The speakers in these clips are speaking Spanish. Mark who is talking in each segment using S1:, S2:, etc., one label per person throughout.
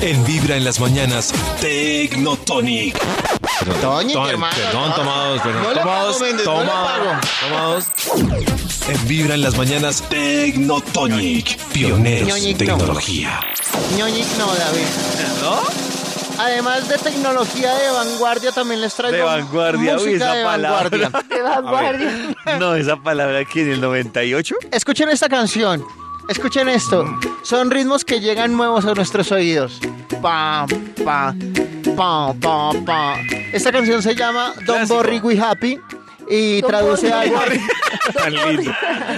S1: En Vibra en las mañanas, Tecnotonic.
S2: Toñi,
S3: Toma-
S2: hermano,
S3: Perdón,
S2: no.
S3: tomados, perdón.
S2: No le
S3: tomados,
S2: pago, Méndez, no le pago.
S3: tomados, tomados.
S1: En Vibra en las mañanas, Tecnotonic. Pioneros en
S2: Ñoñic, no.
S1: tecnología.
S2: Ñoñic no, David. Además de tecnología de vanguardia, también les traigo
S4: De vanguardia, uy,
S2: música
S4: esa
S2: de
S4: palabra.
S2: vanguardia.
S4: No, esa palabra aquí en el 98.
S2: Escuchen esta canción. Escuchen esto. Son ritmos que llegan nuevos a nuestros oídos. Pam, pam, pam, pam, pam. Esta canción se llama Don't
S4: Clásico.
S2: Worry We Happy y traduce algo
S4: Tan lindo.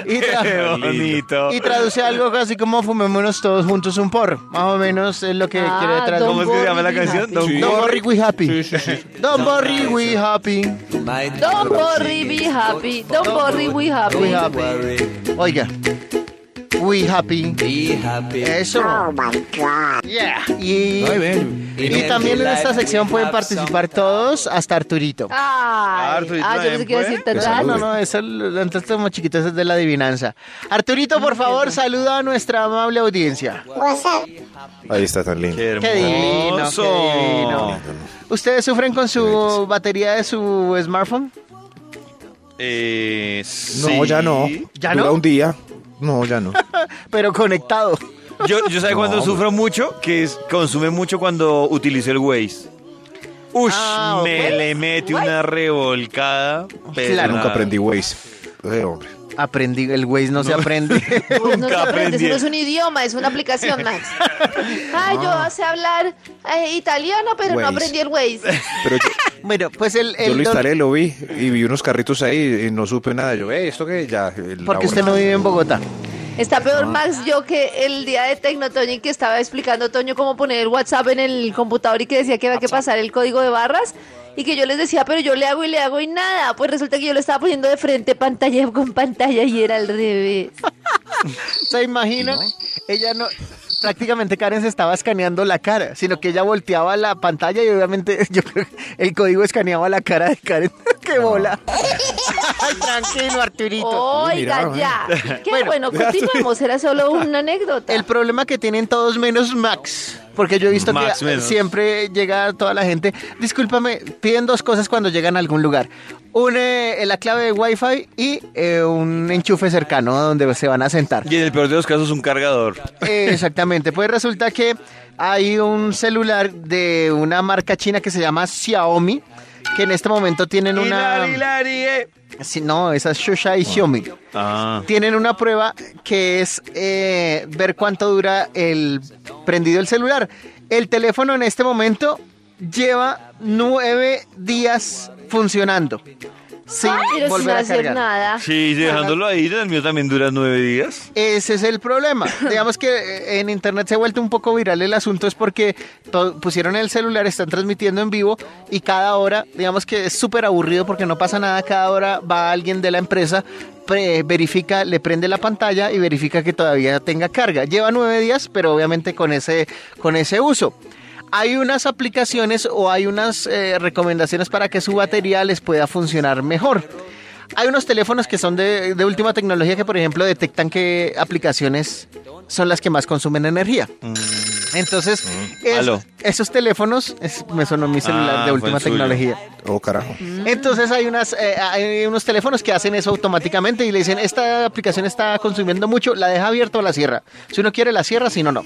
S2: y, tra-
S4: Qué bonito.
S2: y traduce algo así como fumémonos todos juntos un porro. Más o menos es lo que
S5: Ah,
S2: quiere traducir.
S4: ¿Cómo es que se llama la canción? Don
S2: Don't worry, we happy. Don't worry, we happy.
S5: Don't worry, be happy. Don't worry, we
S2: We
S5: happy.
S2: happy. Oiga. We happy. Eso. Oh my God. Yeah. Y, y también en esta sección pueden participar todos, hasta Arturito.
S5: Ay,
S4: Arthur, ¿y
S5: ah, yo
S4: también
S5: pensé que iba a
S4: fue?
S5: decir
S2: Ah,
S5: tatuaje.
S2: no, no, eso lo- entonces como chiquito, eso es de la adivinanza. Arturito, por favor, saluda a nuestra amable audiencia.
S6: Ahí está tan lindo.
S4: Qué
S2: Qué divino, qué
S4: hermoso.
S2: divino. ¿Ustedes sufren con su batería de su smartphone?
S4: Eh,
S6: No,
S4: sí.
S6: ya no.
S2: ¿Ya
S6: Dura
S2: no?
S6: un día. No, ya no.
S2: Pero conectado.
S4: Yo, yo ¿sabe cuando sufro mucho? Que es- consume mucho cuando utilizo el Waze. Ush,
S2: Ah,
S4: me
S2: Waze,
S4: le mete una revolcada. pero
S2: Claro.
S4: nada.
S6: Nunca aprendí Waze. Eh, hombre.
S2: Aprendí, el Waze no, se aprende.
S5: Pues no,
S4: Nunca
S5: no, pero
S4: aprendí.
S5: Eso no es un idioma, es una aplicación, Max. Ay, yo sé hablar eh, italiano, pero no
S6: Waze.
S5: aprendí el Waze.
S6: Pero yo,
S2: bueno, pues el...
S6: yo
S2: el
S6: lo
S2: don-
S6: instalé, lo vi y vi unos carritos ahí y no supe nada. Yo, eh, esto que ya.
S2: Porque usted no vive en Bogotá.
S5: Está peor, Max, yo que el día de Tecnotonic que estaba explicando Toño cómo poner el WhatsApp en el computador y que decía que había que pasar el código de barras. Y que yo les decía, pero yo le hago y le hago y nada. Pues resulta que yo lo estaba poniendo de frente pantalla con pantalla y era al revés.
S2: ¿Se imaginan? Ella no... Prácticamente Karen se estaba escaneando la cara, sino que ella volteaba la pantalla y obviamente yo creo que el código escaneaba la cara de Karen. ¡Qué bola! Ay, tranquilo, Arturito.
S5: Oh, Oiga, ya. Qué bueno, continuemos. Era solo una anécdota.
S2: El problema que tienen todos menos Max, porque yo he visto
S4: Max
S2: que
S4: menos.
S2: siempre llega toda la gente. Discúlpame, piden dos cosas cuando llegan a algún lugar. Un, eh, la clave de Wi-Fi y eh, un enchufe cercano a donde se van a sentar.
S4: Y en el peor de los casos, un cargador.
S2: Eh, Exactamente, pues resulta que hay un celular de una marca china que se llama Xiaomi, que en este momento tienen
S4: Hilari,
S2: una...
S4: hilari, eh.
S2: Sí, no, esa es Shusha y Xiaomi.
S4: Ah.
S2: Tienen una prueba que es eh, ver cuánto dura el prendido el celular. El teléfono en este momento lleva nueve días funcionando. Sin
S5: pero sin
S2: volver a
S5: hacer
S2: cargar.
S5: nada.
S4: Sí, dejándolo ahí, el mío también dura nueve días.
S2: Ese es el problema. Digamos que eh, en internet se ha vuelto un poco viral el asunto, es porque to- pusieron el celular, están transmitiendo en vivo y cada hora, digamos que es súper aburrido porque no pasa nada. Cada hora va alguien de la empresa, pre- verifica, le prende la pantalla y verifica que todavía tenga carga. Lleva nueve días, pero obviamente con ese, con ese uso. Hay unas aplicaciones o hay unas eh, recomendaciones para que su batería les pueda funcionar mejor. Hay unos teléfonos que son de, de última tecnología que, por ejemplo, detectan qué aplicaciones son las que más consumen energía. Entonces, es-
S4: Mm. Aló.
S2: esos teléfonos, es- me sonó mi celular
S4: Ah,
S2: de
S4: fue
S2: última
S4: el suyo.
S2: tecnología.
S6: Oh, carajo.
S2: Entonces hay, unas, eh, hay unos teléfonos que hacen eso automáticamente y le dicen, esta aplicación está consumiendo mucho, la deja abierta o la cierra. Si uno quiere, la cierra, si no, no.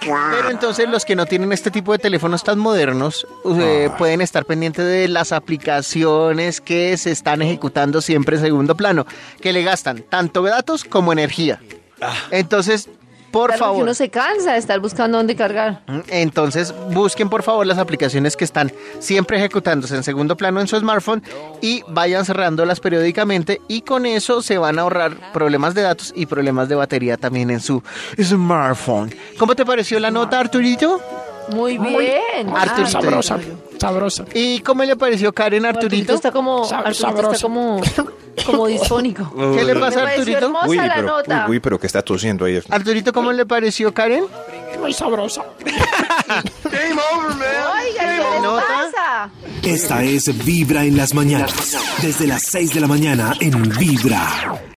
S2: Pero entonces los que no tienen este tipo de teléfonos tan modernos eh, pueden estar pendientes de las aplicaciones que se están ejecutando siempre en segundo plano, que le gastan tanto datos como energía. Entonces, por
S5: Claro, porque
S2: favor...
S5: Uno se cansa de estar buscando dónde cargar.
S2: Entonces busquen por favor las aplicaciones que están siempre ejecutándose en segundo plano en su smartphone y vayan cerrándolas periódicamente y con eso se van a ahorrar problemas de datos y problemas de batería también en su smartphone. ¿Cómo te pareció la nota, Arturito?
S5: Muy bien.
S2: Arturito.
S5: Ah,
S2: Sabrosa.
S7: sabrosa.
S2: ¿Y cómo le pareció Karen
S5: Arturito
S2: Arturito?
S5: está como,
S7: Sab-
S5: Arturito está
S7: sabroso.
S5: como, como disfónico.
S2: ¿Qué le
S5: Me
S2: pasa a
S5: pareció
S2: Arturito?
S5: hermosa
S6: Uy,
S5: la
S6: pero,
S5: nota.
S6: uy, uy, pero que está tosiendo ahí.
S2: Arturito, ¿cómo le pareció Karen?
S7: Muy sabrosa.
S5: Oiga, ¿qué les
S2: nota.
S5: pasa?
S1: Esta es Vibra en las mañanas. Desde las 6 de la mañana en Vibra.